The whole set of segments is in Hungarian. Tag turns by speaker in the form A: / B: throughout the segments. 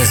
A: Ez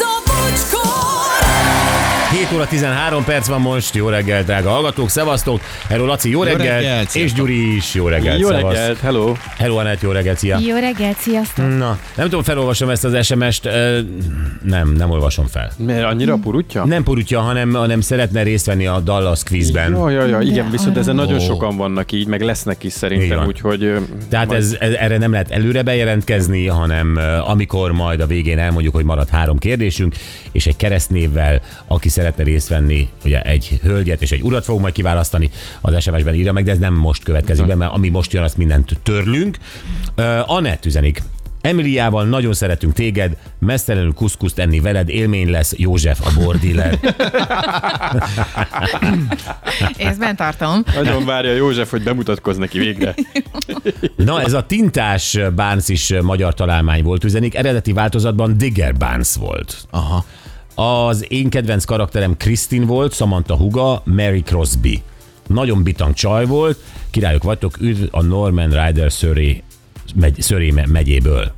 B: a bocskor!
C: 7 óra 13 perc van most, jó reggel, drága hallgatók, szevasztok! Hello Laci, jó reggel!
D: reggelt,
C: és
D: sziasztok.
C: Gyuri is, jó reggel,
D: Jó
C: szevasz.
D: reggelt, hello!
C: Hello Anett, jó reggel, szia!
E: Jó reggelt, sziasztok!
C: Na, nem tudom, felolvasom ezt az SMS-t, ö, nem, nem olvasom fel.
D: Mert annyira purutja?
C: Nem purutja, hanem, hanem szeretne részt venni a Dallas quizben.
D: Jaj, jaj, jaj, igen,
E: De
D: viszont ezen
C: aranyos.
D: nagyon
C: Ó.
D: sokan vannak így, meg lesznek is
C: Így
D: szerintem,
C: van.
D: úgyhogy... ö,
C: Tehát
D: majd-
C: hát ez, ez, erre nem lehet előre bejelentkezni, hanem ö, amikor majd a végén elmondjuk, hogy marad három kérdésünk, és egy keresztnévvel, aki szeretne részt venni, ugye egy hölgyet és egy urat fog majd kiválasztani, az SMS-ben írja meg, de ez nem most következik be, mert ami most jön, azt mindent törlünk. Ö, Anett üzenik. Emiliával nagyon szeretünk téged, mesztelenül kuszkuszt enni veled, élmény lesz József a bordiller.
E: Észben tartom.
D: Nagyon várja József, hogy bemutatkoz neki végre.
C: Na, ez a tintás bánc is magyar találmány volt, üzenik. Eredeti változatban Digger bánc volt. Aha. Az én kedvenc karakterem Kristin volt, Samantha Huga, Mary Crosby. Nagyon bitang csaj volt, királyok vagytok, üdv a Norman Ryder Surrey, megy, Surrey me- megyéből.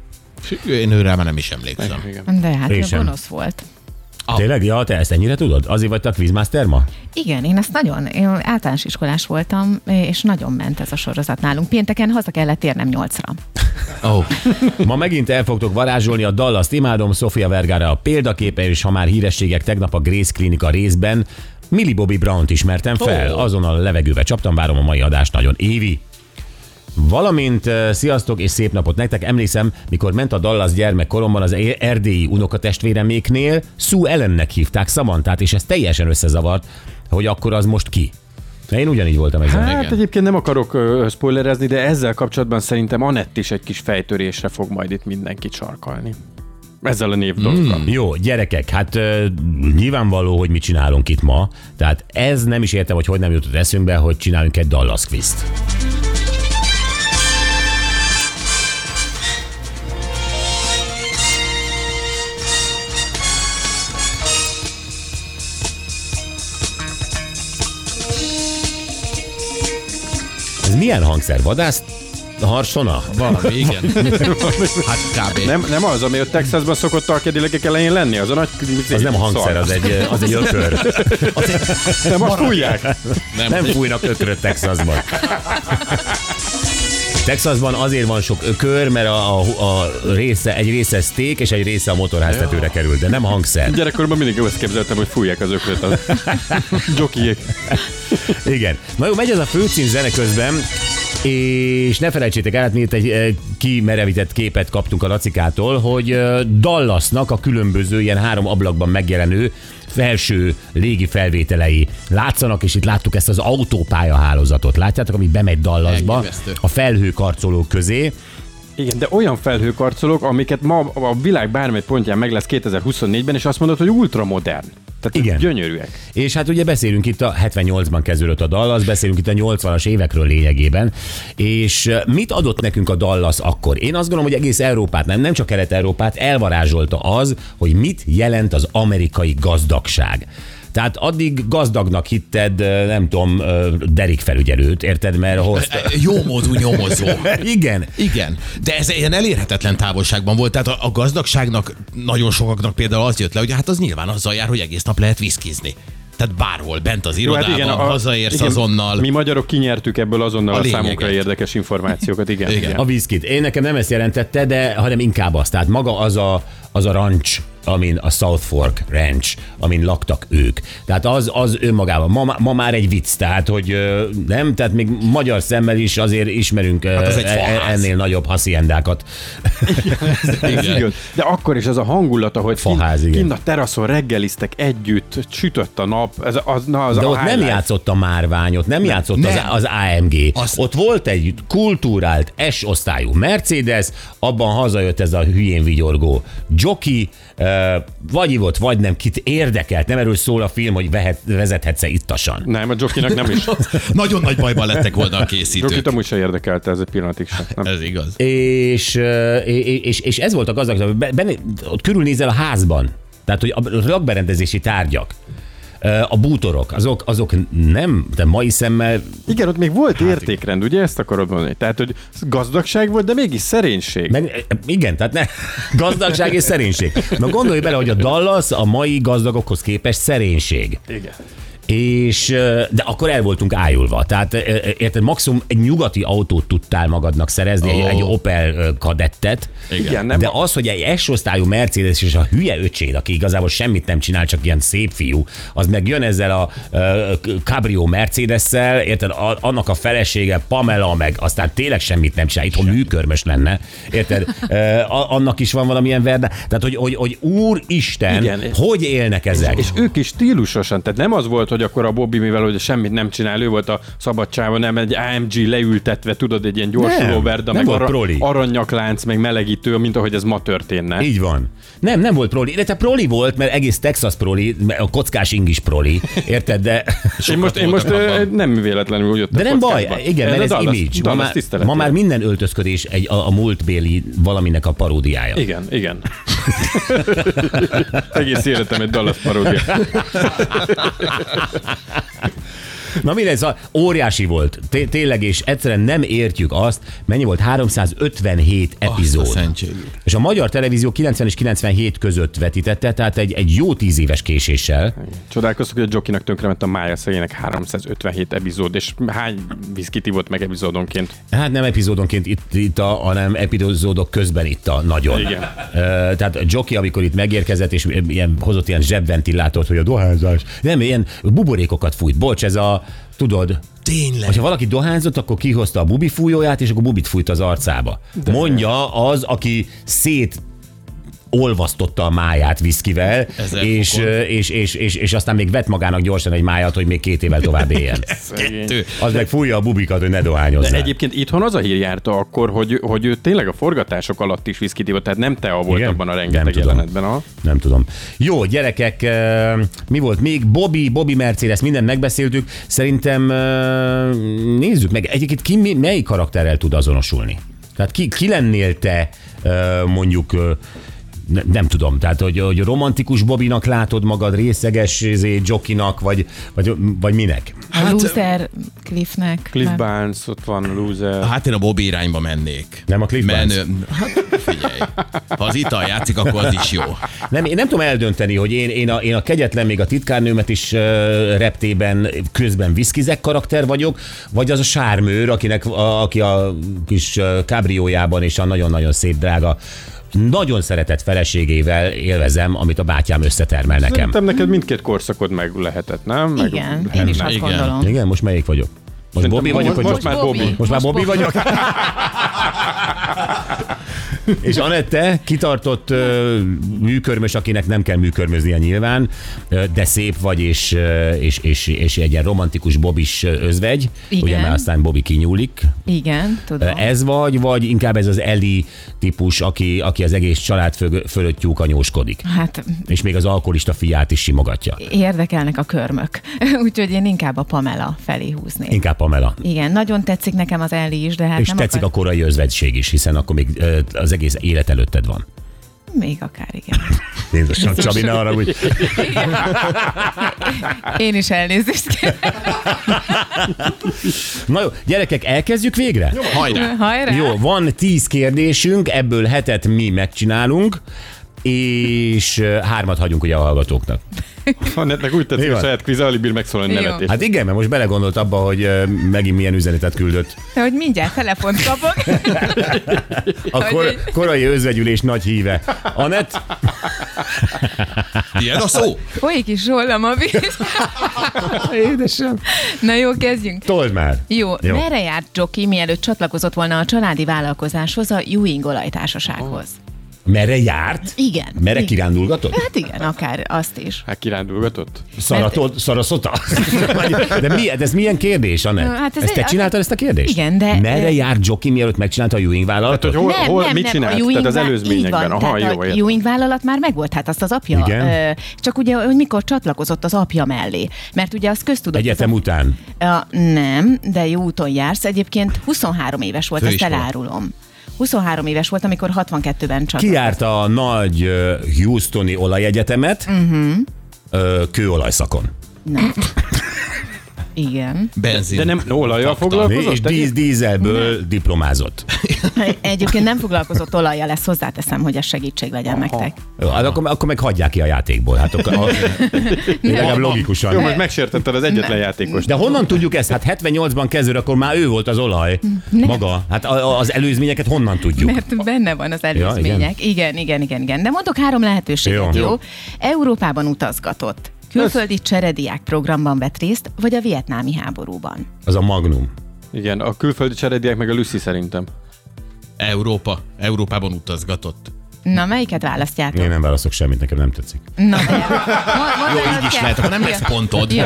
F: Én őre már nem is emlékszem.
E: De hát
C: Én
E: ő
C: sem.
E: gonosz volt.
C: Ah. Tényleg? Ja, te ezt ennyire tudod? Azért vagy te a Quizmaster ma?
E: Igen, én ezt nagyon, én általános iskolás voltam, és nagyon ment ez a sorozat nálunk. Pénteken haza kellett érnem nyolcra.
F: Oh.
C: Ma megint el fogtok varázsolni a dallas imádom, Sofia Vergara a példaképe, és ha már hírességek, tegnap a Grace Klinika részben Millie Bobby Brown-t ismertem fel,
F: Ó.
C: azon a levegőbe csaptam, várom a mai adást nagyon évi. Valamint eh, sziasztok és szép napot nektek. Emlékszem, mikor ment a Dallas gyermekkoromban az erdélyi unokatestvéreméknél, Sue Ellennek hívták Samantát, és ez teljesen összezavart, hogy akkor az most ki. Na, én ugyanígy voltam ezzel.
D: Hát
F: Igen.
D: egyébként nem akarok ö, spoilerezni, de ezzel kapcsolatban szerintem Anett is egy kis fejtörésre fog majd itt mindenkit sarkalni. Ezzel a névdolgokkal. Mm.
C: Jó, gyerekek, hát ö, nyilvánvaló, hogy mit csinálunk itt ma. Tehát ez nem is értem, hogy hogy nem jutott eszünkbe, hogy csinálunk egy Dallas quizt. Ez milyen hangszer? Vadász? Harsona?
F: Valami, igen. Hát kb.
D: Nem, nem az, ami a Texasban szokott a kedélegek elején lenni, az a nagy... izé,
C: Az nem a hangszer, az egy, ö, az egy ökör.
D: De most fújják.
F: nem.
C: Nem fújnak ökröt Texasban. Texasban azért van sok ökör, mert a, a, a része, egy része steak és egy része a motorháztetőre kerül, de nem hangszer.
D: Gyerekkoromban mindig azt képzeltem, hogy fújják az ökröt a jokiek.
C: Igen. Na jó, megy ez a főcím zene közben, és ne felejtsétek el, hát mi itt egy eh, kimerevített képet kaptunk a Lacikától, hogy eh, Dallasnak a különböző ilyen három ablakban megjelenő felső légi felvételei látszanak, és itt láttuk ezt az autópályahálózatot. Látjátok, ami bemegy Dallasba,
F: Elképesztő.
C: a felhőkarcoló közé,
D: Igen, de olyan felhőkarcolók, amiket ma a világ bármely pontján meg lesz 2024-ben, és azt mondod, hogy ultramodern. Tehát
C: Igen.
D: Igen. gyönyörűek.
C: És hát ugye beszélünk itt a 78-ban kezdődött a Dallas, beszélünk itt a 80-as évekről lényegében, és eh, mit adott nekünk a Dallas akkor? Én azt gondolom, hogy egész Európát, nem, nem csak Kelet-Európát elvarázsolta az, hogy mit jelent az amerikai gazdagság. Tehát addig gazdagnak hitted, eh, nem tudom, eh, Derek felügyelőt, érted, mert hozta...
F: Jó módú nyomozó.
C: Igen,
F: Igen, de ez ilyen elérhetetlen távolságban volt. Tehát a, a gazdagságnak, nagyon sokaknak például az jött le, hogy hát az nyilván azzal jár, hogy egész nap lehet viszkizni. Tehát bárhol, bent az irodában, Jó, hát igen, a, hazaérsz igen, azonnal.
D: Mi magyarok kinyertük ebből azonnal
F: A
D: a, a
F: lényeget.
D: számunkra érdekes információkat. Igen.
F: Igen.
D: igen.
C: a viszkit. Én nekem nem ezt jelentette, de hanem inkább azt. Tehát maga az a, az a ranch, amin a South Fork Ranch, amin laktak ők. Tehát az, az önmagában. Ma, ma már egy vicc, tehát hogy ö, nem, tehát még magyar szemmel is azért ismerünk hát
F: az egy faház.
C: ennél nagyobb hasziendákat.
D: Ez
F: Igen.
D: igaz. De akkor is az a hangulat, ahogy
C: Faház,
D: kint,
C: igen.
D: kint a teraszon reggeliztek együtt, sütött a nap, ez az, na, az
C: De
D: a
C: ott nem
D: highlight.
C: játszott a márvány, ott nem, játszott
F: Nem.
C: Az, az AMG.
F: Azt-
C: Ott volt egy kultúrált S-osztályú Mercedes, abban hazajött ez a hülyén vigyorgó jockey, ö, vagy ivott, vagy nem, kit érdekelt. Nem erről szól a film, hogy vehet, vezethetsz-e ittasan.
D: Nem, a Jokinak nem is.
F: Nagyon nagy bajban lettek volna a készítők.
D: Jokit amúgy se érdekelte ez egy pillanatig sem. Nem.
F: Ez igaz.
C: És, ö, és, és ez volt a gazdag, benne, ott körülnézel a házban, tehát hogy a lakberendezési tárgyak. Ö, A bútorok, azok, azok nem, de mai szemmel
D: Igen, ott még volt hát, értékrend, ugye ezt akarod mondani? Tehát, hogy gazdagság volt, de mégis szerénység.
C: Meg, igen, tehát ne, gazdagság és szerénység. Na gondolj bele, hogy a Dallas a mai gazdagokhoz képest szerénység.
D: Igen.
C: És, ö, de akkor el voltunk ájulva. Tehát ö, ö, érted, maximum egy nyugati autót tudtál magadnak szerezni, oh.
F: Ó.
C: egy, egy Opel ö, kadettet.
D: Igen, nem?
C: De az, hogy egy S-osztályú Mercedes és a hülye öcséd, aki igazából semmit nem csinál, csak ilyen szép fiú, az meg jön ezzel a ö, k- Cabrio Mercedes-szel, érted, a, annak a felesége Pamela, meg aztán tényleg semmit nem csinál, itthon műkörmös lenne, érted, Ö, a, annak is van valamilyen verde, tehát hogy, hogy, hogy úristen, Igen.
D: Igen.
C: hogy élnek ezek?
D: És ők is stílusosan, tehát nem az volt, hogy akkor a Bobby, mivel hogy semmit nem csinál, ő volt a szabadságban, nem egy AMG leültetve, tudod, egy ilyen
C: Nem,
D: gyorsuló verda,
C: nem
D: meg
C: volt
D: ara-
C: proli.
D: aranyaklánc, meg melegítő, mint ahogy ez ma történne.
C: Így van. Nem, nem volt proli. De te proli volt, mert egész Texas proli, mert a kockás ing is proli. Érted? De,
D: Én most, én most
F: voltak
D: ö,
F: abban.
D: nem véletlenül úgy jöttem
C: de nem baj.
D: kockázba.
C: Igen, mert
D: De
C: ez
D: Dallas-
C: image. Ma
D: Dallas
C: már,
D: tisztelet.
C: ma már minden öltözködés egy, a, a múltbéli valaminek a paródiája.
D: Igen, igen. Egész életem egy Dallas paródia.
C: Na mindegy, szóval óriási volt. Té- Tényleg, és egyszerűen nem értjük azt, mennyi volt 357 epizód.
F: szentségét.
C: és a magyar televízió 90 és 97 között vetítette, tehát egy, egy jó tíz éves késéssel.
D: Csodálkoztuk, hogy a Jokinak tönkrement a mája szegénynek 357 epizód, és hány viszkit ivott meg epizódonként?
C: Hát nem epizódonként itt, itt a, hanem epizódok közben itt a nagyon.
D: Igen.
C: Ö, tehát a Joki, amikor itt megérkezett, és ilyen, hozott ilyen zsebventilátort, hogy a dohányzás. Nem, ilyen buborékokat fújt. Bocs, ez a, tudod,
F: Tényleg.
C: hogyha valaki dohányzott, akkor kihozta a bubi fújóját, és akkor bubit fújt az arcába. De Mondja az, aki szét olvasztotta a máját viszkivel,
F: Ezer
C: és,
F: fokon.
C: ö, és, és, és, és, aztán még vett magának gyorsan egy májat, hogy még két évvel tovább éljen.
F: Kettő.
C: Az meg fújja a bubikat, hogy ne dohányozzál.
D: De egyébként itthon az a hír járta akkor, hogy, hogy ő tényleg a forgatások alatt is viszkit ivott, tehát nem te volt
C: Igen?
D: abban a
C: Nem
D: rengeteg
C: tudom.
D: jelenetben. A...
C: Nem tudom. Jó, gyerekek, ö, mi volt még? Bobby, Bobby Mercedes, mindent megbeszéltük. Szerintem ö, nézzük meg, egyébként ki mi- melyik karakterrel tud azonosulni? Tehát ki, ki lennél te ö, mondjuk ö, ne- nem tudom, tehát hogy, hogy romantikus Bobinak látod magad, részeges izé, jokinak, vagy, vagy, vagy minek?
E: Hát, a loser Cliffnek.
D: Cliff
E: meg-
D: Barnes, ott van Loser.
F: Hát én a Bobby irányba mennék.
C: Nem a Cliff
F: Menő. Hát figyelj, ha az ital játszik, akkor az is jó.
C: Nem, én nem tudom eldönteni, hogy én, én, a, én a kegyetlen, még a titkárnőmet is uh, reptében közben viszkizek karakter vagyok, vagy az a sármőr, akinek, a, aki a kis ö, kábriójában és a nagyon-nagyon szép drága nagyon szeretett feleségével élvezem, amit a bátyám összetermel nekem.
D: Szerintem neked mindkét korszakod meg lehetett, nem? Meg
E: Igen, én is azt
F: Igen.
E: gondolom.
C: Igen, most melyik vagyok? Most
D: Szerintem
C: Bobby vagyok,
D: most-
C: vagy
D: most
C: Joki?
D: már Bobby.
C: Most már Bobby vagyok? És Anette kitartott ö, műkörmös, akinek nem kell műkörmöznie nyilván, ö, de szép vagy, és, ö, és, és, és egy ilyen romantikus bobis ö, özvegy,
E: Igen.
C: ugye mert aztán Bobby kinyúlik.
E: Igen,
C: Ö,
E: tudom.
C: Ez vagy, vagy inkább ez az Eli típus, aki, aki az egész család fög, fölött tyúkanyóskodik.
E: Hát
C: És még az alkoholista fiát is simogatja.
E: érdekelnek a körmök, úgyhogy én inkább a Pamela felé húznék.
C: Inkább Pamela.
E: Igen, nagyon tetszik nekem az Ellie is, de hát
C: És
E: nem
C: tetszik a
E: akar...
C: korai özvegység is, hiszen akkor még ö, az egész élet előtted van.
E: a... Még akár, igen.
C: Jézusom, Csabi, ne arra, hogy
E: Én is elnézést kérek.
C: Na jó, gyerekek, elkezdjük végre?
F: Hajrá!
E: Hajrá!
C: Jó, van tíz kérdésünk, ebből hetet mi megcsinálunk, és ö, hármat hagyunk ugye a hallgatóknak.
D: Annettnek úgy
C: Mi
D: tetszik, hogy
C: van?
D: a saját kviz alibír megszólalni
E: Jó.
D: nevetés.
C: Hát igen, mert most belegondolt abba, hogy ö, megint milyen üzenetet küldött.
E: De hogy mindjárt telefont kapok.
C: A kor- korai özvegyülés nagy híve. Anett,
F: Ilyen a szó?
E: Folyik is rólam a víz.
C: édesem,
E: Na jó, kezdjünk.
C: told már.
E: Jó,
C: Jó.
E: Jó, merre járt Joki, mielőtt csatlakozott volna a családi vállalkozáshoz, a Ewing olajtársasághoz?
C: Merre járt?
E: Oh. Igen.
C: Merre
E: Igen.
C: kirándulgatott?
E: Hát igen, akár azt is.
D: Hát kirándulgatott?
C: Szaratod, szaraszota? Vagy- de, mi, de ez milyen kérdés, Anett?
E: Ö, hát ez
C: ezt te
E: egy-
C: csináltad ezt a kérdést?
E: Igen, de-
C: Merre
E: de-
C: járt Joki, mielőtt megcsinálta a Ewing vállalatot?
D: Hát, Hogy hol,
E: nem,
D: hol
E: nem,
D: mit
E: nem,
D: csinált?
E: a Ewing
D: Tehát az
E: vá- így
D: előzményekben.
E: van,
D: Aha,
E: tehát
D: jó,
E: a
D: értem.
E: Ewing vállalat már megvolt, hát azt az apja.
C: Igen.
E: Ö, csak ugye, hogy mikor csatlakozott az apja mellé. Mert ugye az köztudott.
C: Egyetem
E: az
C: után.
E: A, nem, de jó úton jársz. Egyébként 23 éves volt, ezt
F: Főiskola.
E: elárulom. 23 éves volt, amikor 62-ben csatlakozott.
C: Kijárta
E: Mhm.
C: a nagy ö, Houstoni olajegyetemet uh-huh. kőolajszakon.
E: Na. Igen.
F: Benzin.
D: De nem olajjal
F: Fakta.
C: És
D: foglalkozott?
C: díz, dízelből diplomázott.
E: Egyébként nem foglalkozott olajjal, ezt hozzáteszem, hogy ez segítség legyen nektek.
C: Jó, hát akkor, akkor meg hagyják ki a játékból. Hát akkor, a, legalább
D: Jó,
C: logikusan.
D: most megsértetted az egyetlen játékos.
C: De honnan tudjuk ezt? Hát 78-ban kezdőd, akkor már ő volt az olaj maga. Hát a- a- az előzményeket honnan tudjuk?
E: Mert benne van az előzmények. Ja, igen. igen, igen, igen, De mondok három lehetőséget,
C: Jó.
E: jó? jó? Európában utazgatott, külföldi cserediák programban vett részt, vagy a vietnámi háborúban.
C: Az a magnum.
D: Igen, a külföldi cserediák meg a Lucy szerintem.
F: Európa. Európában utazgatott.
E: Na, melyiket választjátok?
C: Én nem válaszok semmit, nekem nem tetszik.
E: Na, de... Mo- mondanod
F: így is
E: kell.
F: lehet, akkor nem lesz
E: Jó.
F: pontod.
E: Jó.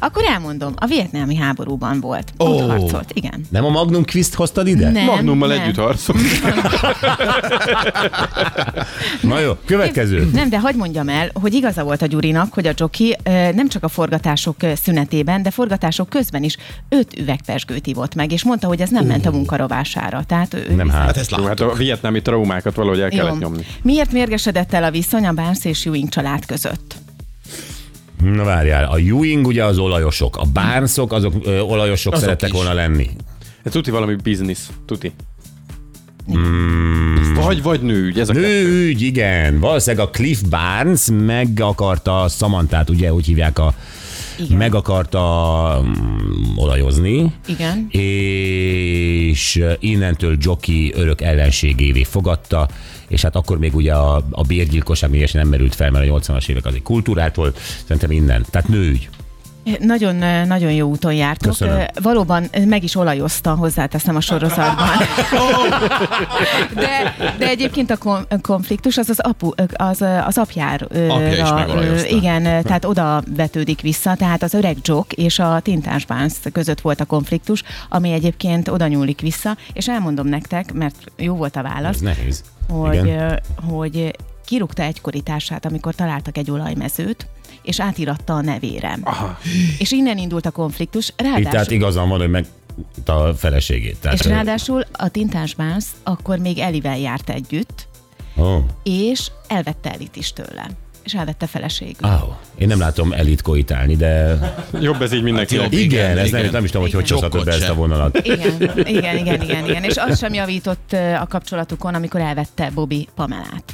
E: Akkor elmondom, a vietnámi háborúban volt.
F: Ó.
E: Ott harcolt, igen.
C: Nem a magnum quizt hoztad ide?
E: Nem,
D: Magnummal
E: nem.
D: együtt harcol.
C: Na jó, következő.
E: Nem, de hagyd mondjam el, hogy igaza volt a Gyurinak, hogy a Joki ö, nem csak a forgatások ö, szünetében, de forgatások közben is öt üvegpesgőt ivott meg, és mondta, hogy ez nem ment a munkarovására. Tehát ő,
C: Nem hát.
F: Hát ezt
D: Jó,
F: látom.
D: hát a vietnámi traumákat valahogy el
E: Jó.
D: kellett nyomni.
E: Miért mérgesedett el a viszony a Barnes és Ewing család között?
C: Na várjál, a Ewing ugye az olajosok, a Barnesok azok ö, olajosok
F: Azok
C: szerettek
F: is.
C: volna lenni.
D: Ez tuti valami biznisz, tuti.
C: Hmm.
D: Vagy, vagy nőügy, ez a kettő.
C: Nőügy, igen. Valószínűleg a Cliff Barnes meg akarta Samantát, ugye úgy hívják a...
E: Igen.
C: Meg akarta mm, olajozni.
E: Igen.
C: És innentől Joki örök ellenségévé fogadta, és hát akkor még ugye a, a bérgyilkosság még ilyesmi nem merült fel, mert a 80-as évek az egy kultúrát volt, szerintem innen. Tehát nőügy.
E: Nagyon, ö, nagyon jó úton jártok.
C: Köszönöm.
E: Ö, Valóban ö, meg is olajozta, hozzáteszem a sorozatban. De, de egyébként a kon- konfliktus az az, apu, ö, az, ö, az apjára. ö,
F: Apja is
E: ra-
F: megolajozta.
E: ö, Igen, ö, tehát oda vetődik vissza. Tehát az öreg Jock és a Tintás Bánsz között volt a konfliktus, ami egyébként oda nyúlik vissza. És elmondom nektek, mert jó volt a válasz,
C: Ez nehéz.
E: hogy,
C: Igen.
E: ö, hogy kirúgta egykori társát, amikor találtak egy olajmezőt, és átiratta a nevére. Aha. És innen indult a konfliktus,
C: Itt tehát hát,
E: ráadásul,
C: igazán van, hogy meg a feleségét. Tehát,
E: és ráadásul a Tintás Bánsz akkor még Elivel járt együtt,
C: Oh.
E: és elvette Elit is tőle, és elvette feleségül.
C: Áó. Én nem látom elit koitálni, de
D: Jobb ez így
F: Hát
D: mindenkinek.
F: jobb.
C: igen,
F: Igen,
C: ez Nem,
F: igen.
C: nem is tudom, hogy hogy
E: Igen.
C: csaszhatod be ezt a
F: Csokkolt
C: vonalat.
E: Igen, igen, igen, igen, igen. És az sem javított ö, a kapcsolatukon, amikor elvette Bobby Pamelát.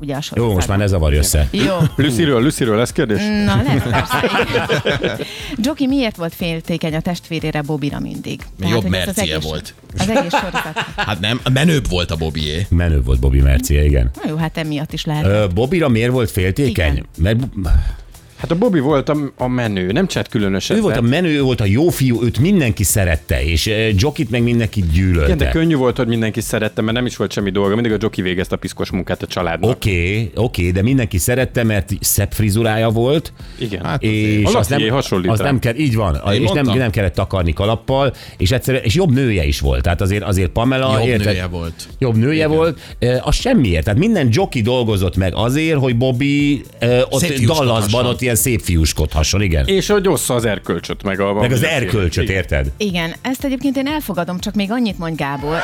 E: Ugye a
C: Jó, most már ne zavarj össze.
E: Jó,
D: Lucy-ről, Lucy-ről lesz kérdés?
E: na lesz persze. igen. Joki miért volt féltékeny a testvérére Bobira mindig?
F: Jobb
E: hogy ez az
F: mercie
E: egész-
F: volt.
E: Az egész sorozat.
F: Hát nem, menőbb volt a Bobié.
C: Menő volt Bobby Mercie, igen.
E: Na jó, hát emiatt is lehet.
C: Ö, Bobira miért volt féltékeny? Mert
E: Igen.
D: Hát a Bobby volt a, a menő, nem csett különösen.
C: ő volt a menő, ő volt a jó fiú, őt mindenki szerette, és ö, Jokit meg mindenki gyűlölte.
D: igen, de könnyű volt, hogy mindenki szerette, mert nem is volt semmi dolga. Mindig a Joki végezte a piszkos munkát a családnak.
C: Oké, okay, oké, okay, de mindenki szerette, mert szebb frizurája volt,
D: Igen.
F: Hát
C: és
D: A
C: azt nem,
D: Lacié hasonlít
C: azt
D: rá.
C: nem kell, így van, és nem,
F: mondtam?
C: nem kellett takarni kalappal, és egyszerűen, és jobb nője is volt, tehát azért, azért Pamela,
F: Jobb
C: érted?
F: nője volt.
C: Jobb nője Igen. volt, ö, az semmiért, tehát minden joki dolgozott meg azért, hogy Bobby ö, ott
F: Szépfiúskodhasson.
C: Dallasban ott ilyen szép fiúskodhasson, igen.
D: És hogy ossza az erkölcsöt, meg a...
C: Meg az erkölcsöt, érted?
E: Igen, ezt egyébként én elfogadom, csak még annyit mond Gábor.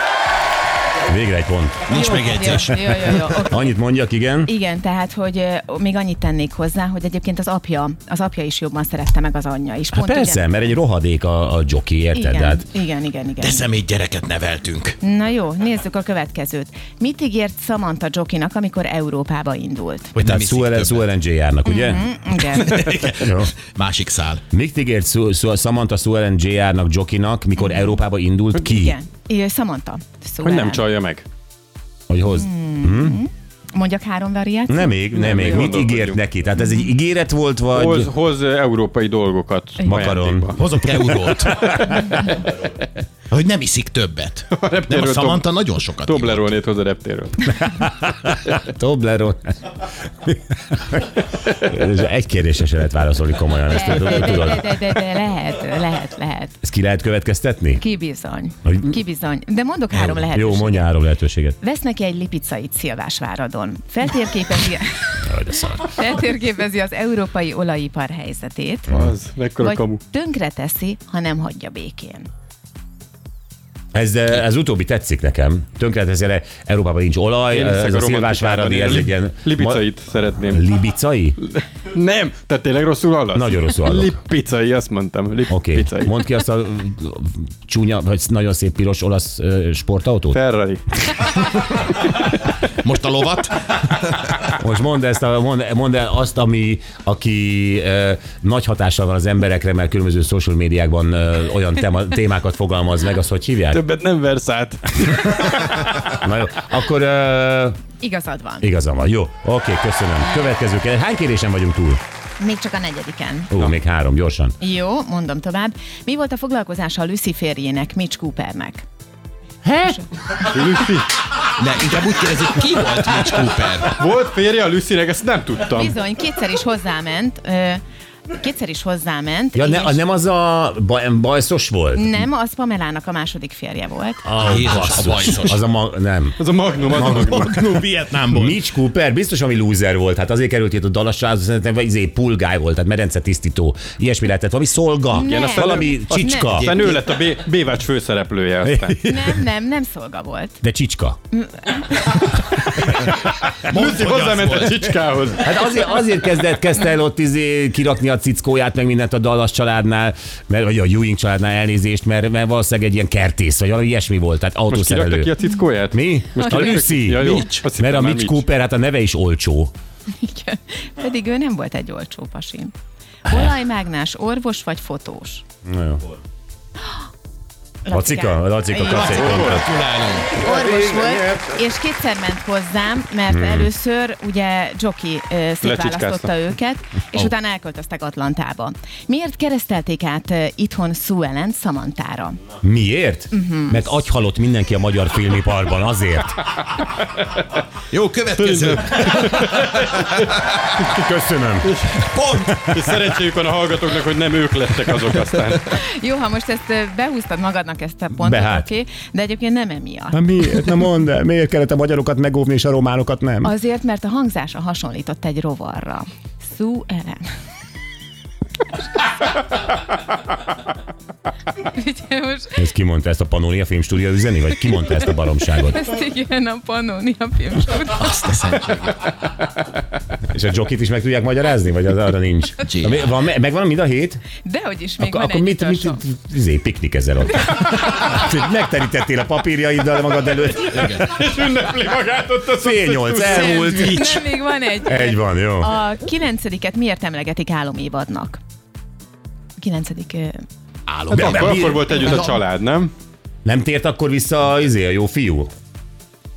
C: Végre egy pont.
F: Nincs
E: Jó,
F: megjegyzés.
E: Jó, jó, jó, jó. oké.
C: Annyit mondjak, igen.
E: Igen, tehát, hogy ö, még annyit tennék hozzá, hogy egyébként az apja, az apja is jobban szerette meg az anyja is.
C: Hát persze,
E: ugye-
C: mert egy rohadék a, a joki, érted?
E: Igen,
C: De hát
E: igen, igen, igen,
F: De
E: igen.
F: szemét gyereket neveltünk.
E: Na jó, nézzük a következőt. Mit ígért Samantha Jokinak, amikor Európába indult?
F: Hogy nem
C: tehát
F: iszik
C: Sue-
F: többet.
C: Sue LNG járnak, ugye?
E: Mhm. Igen.
C: Jó.
F: Másik szál.
C: Mit ígért Su- Su- Samantha Sue Ellen Jr.-nak, Jokinak, mikor Európába indult ki?
E: Mhm. igen. Ö, Samantha.
D: Hogy
E: Szóval
D: nem csalja meg.
C: Hogy hoz?
E: Mhm. Mondjak három variációt?
C: Nem még, nem,
D: Nem,
C: még. Mit
D: gondolkodjunk.
C: ígért neki? Tehát ez egy ígéret volt, vagy...
D: Hoz, hoz európai dolgokat.
C: Makaron.
D: ajándékba.
F: Hozok eurót. hogy nem iszik többet. Nem, a
D: reptéről
F: Samantha nagyon sokat ivott.
D: Toblerónét hoz a reptéről.
C: Hát Toblerone. Ez egy kérdésre se lehet válaszolni komolyan, ezt
E: De, de,
C: tudod.
E: de, de,
C: tudod.
E: de, de, de lehet, lehet, lehet.
C: Ezt ki lehet következtetni?
E: Ki bizony.
C: Hogy-
E: Ki bizony. De mondok három
C: Jó,
E: lehetőséget.
C: mondja három lehetőséget.
E: Vesz neki egy lipicait Szilvásváradon. Feltérképezi,
C: Jaj, de szar.
E: feltérképezi az európai olajipar helyzetét,
D: Az, mekkora
E: vagy
D: kamu.
E: tönkreteszi, ha nem hagyja békén.
C: Ez, eh, ez utóbbi tetszik nekem. Tönkreteszi, erre Európában nincs olaj,
D: Én
C: ez
D: hiszek
C: a, a
D: romantikában,
C: szilvásváradi,
D: én
C: ez
D: li-
C: egy ilyen...
D: Lipicait szeretném.
C: Ma... Libicai?
D: Nem, te tényleg rosszul hallasz?
C: Nagyon rosszul hallok.
D: Lipicai, azt mondtam.
C: Oké,
D: Lipicai.
C: okay.
D: Okay.
C: mondd ki azt a ö, ö, csúnya, vagy nagyon szép piros olasz ö, sportautót.
D: Ferrari.
F: Most a lovat?
C: Most mondd, ezt a, mondd, mondd el azt, ami, aki ö, nagy hatással van az emberekre, mert különböző social médiákban ö, olyan tema, témákat fogalmaz meg, azt hogy hívják?
D: Többet nem versz át.
C: Na jó, akkor ö,
E: Igazad van.
C: igazam van. Jó, oké, köszönöm. Következő kérdés. Hány kérésen vagyunk túl?
E: Még csak a negyediken.
C: Ó, még három, gyorsan.
E: Jó, mondom tovább. Mi volt a foglalkozása a Lucy férjének, Mitch Coopernek?
D: Lucy.
F: Ne, inkább úgy kérdezik, ki volt Mitch Cooper?
D: Volt férje a Lucynek, ezt nem tudtam.
E: Bizony, kétszer is hozzáment. Ö, kétszer is hozzáment.
C: Ja, ne,
E: és
C: a- nem az a baj, bajszos volt?
E: nem, az Pamelának a második férje volt.
C: A,
F: Jézus, a bajszos.
C: Az a ma, nem.
D: Az a Magnum, az a Magnum.
F: No, Vietnámból.
C: Mitch Cooper biztos, ami lúzer volt, hát azért került itt a dalassáz, szerintem vagy izé pulgáj volt, tehát medence tisztító, ilyesmi lehetett, valami szolga,
E: Nem.
C: Igen, valami
E: Azt-
C: csicska,
E: nem.
D: Aztán ő lett a B- Bévács főszereplője aztán.
E: Nem, nem, nem szolga volt.
C: de csicska.
D: Lucy hozzáment a csicskához.
C: Hát azért, azért kezdett, kezdte el ott izé kirakni a cickóját, meg mindent a Dallas családnál, mert, vagy a Ewing családnál elnézést, mert, mert valószínűleg egy ilyen kertész, vagy valami ilyesmi volt, tehát
D: Most
C: autószerelő.
D: kirakta ki a cickóját?
C: Mi? Most a
D: kirakta
C: Lucy.
D: ki? Ja, jó.
C: Mitch. Mert a
D: Azt hittem, már
C: Mitch
D: Mitch.
C: Cooper, hát a neve is olcsó.
E: Igen. Pedig ő nem volt egy olcsó pasi. Olajmágnás, orvos vagy fotós?
C: Na jó. Lacika? Lacika,
E: Igen.
C: kapsz egy pontot.
F: Gratulálunk.
E: Orvos volt, és kétszer ment hozzám, mert hmm. először ugye Joki ö, szétválasztotta
D: Lecsicskázta.
E: őket, és oh. utána elköltöztek Atlantába. Miért keresztelték át ö, itthon Sue Ellen Samantára?
C: Miért?
E: Mhm.
C: Uh-huh. Mert agyhalott mindenki a magyar filmiparban, azért.
F: Jó, következő.
C: Köszönöm.
F: Pont.
D: És szerencséjük van a hallgatóknak, hogy nem ők lettek azok aztán.
E: Jó, ha most ezt ö, behúztad magadnak ezt a pontot,
C: Behát.
E: oké, de egyébként nem emiatt.
C: miért? Na mondd el, miért kellett a magyarokat megóvni és a románokat nem?
E: Azért, mert a hangzása hasonlított egy rovarra. Sue Ellen. Ugye most
C: Ez ki mondta ezt a Panónia Filmstúdió üzeni, vagy ki mondta ezt a baromságot?
E: Ezt igen, a Pannonia filmstúdió.
F: Azt a szentséget.
C: És a jokit is meg tudják magyarázni, vagy az arra nincs?
F: Gee.
C: Na, mi- Van, me- megvan mind a hét?
E: Dehogy is, még
C: Akkor,
E: van
C: akkor
E: egy
C: mit, mit,
E: utolsó.
C: mit izé, piknikezel ott? Hát, Megterítettél a papírjaiddal magad előtt.
D: És ünnepli magát ott a
C: Fél nyolc, elmúlt.
E: Nem, még van egy.
C: Egy van, jó.
E: A kilencediket miért emlegetik álomévadnak? A kilencedik... ö,
F: Állom.
C: De-
D: Akkor,
C: de-
D: akkor volt együtt a család, nem?
C: Nem tért akkor vissza izé, a jó fiú?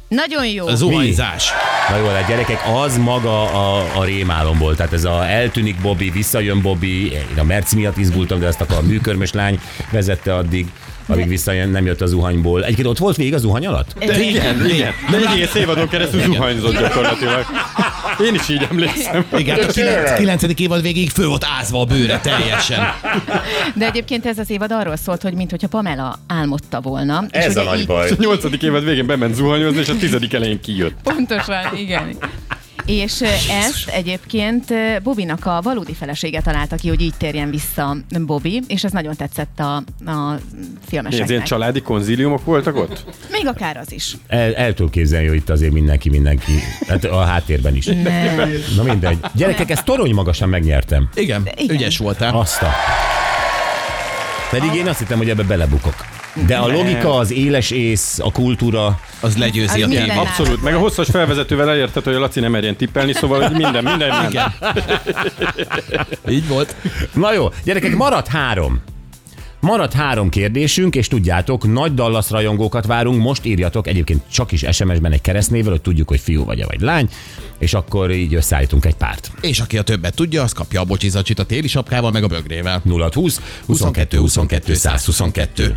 E: Nagyon jó.
F: A zuhanyzás.
C: Na jó, de gyerekek, az maga a, a rémálom volt. Tehát ez a eltűnik Bobby, visszajön Bobby, én a Merci miatt izgultam, de ezt a műkörmös lány vezette addig, amíg visszajön, nem jött az zuhanyból. Egyébként ott volt végig az zuhany alatt?
E: Ö,
D: Igen, igen. De egész évadon keresztül zuhanyzott gyakorlatilag. Én is így emlékszem.
F: Igen, a kilenc- kilencedik évad végig föl volt ázva a bőre teljesen.
E: De egyébként ez az évad arról szólt, hogy mintha Pamela álmodta volna. és ugye így-
C: baj.
D: A nyolcadik évad végén bement zuhanyozni, és a tizedik elején kijött.
E: Pontosan, igen. És ö, ezt egyébként ö, Bobinak a valódi felesége találta ki, hogy így térjen vissza Bobby, és ez nagyon tetszett a, a
D: Ez ilyen
E: filmeseknek.
D: családi konzíliumok voltak ott?
E: Még akár az is.
C: El, el tudom képzelni, hogy itt azért mindenki, mindenki. Hát a háttérben is. Na mindegy. Gyerekek, ezt torony magasan megnyertem.
F: Igen,
E: Igen.
F: ügyes voltál.
C: Azt a... Pedig én azt hittem, hogy ebbe belebukok. De a logika, az éles ész, a kultúra,
F: Az legyőzi
E: Az
F: a
E: minden
F: témát.
E: nap.
D: Abszolút. Meg a hosszas felvezetővel elérted, hogy a Laci nem merjen tippelni, szóval hogy minden, minden, minden.
F: Így volt.
C: Na jó, gyerekek, maradt három. Maradt három kérdésünk, és tudjátok, nagy Dallas rajongókat várunk, most írjatok egyébként csak is SMS-ben egy keresztnével, hogy tudjuk, hogy fiú vagy vagy lány, és akkor így összeállítunk egy párt.
F: És aki a többet tudja, az kapja a bocsizacsit a téli sapkával, meg a bögrével.
C: 0 20 22 22 122.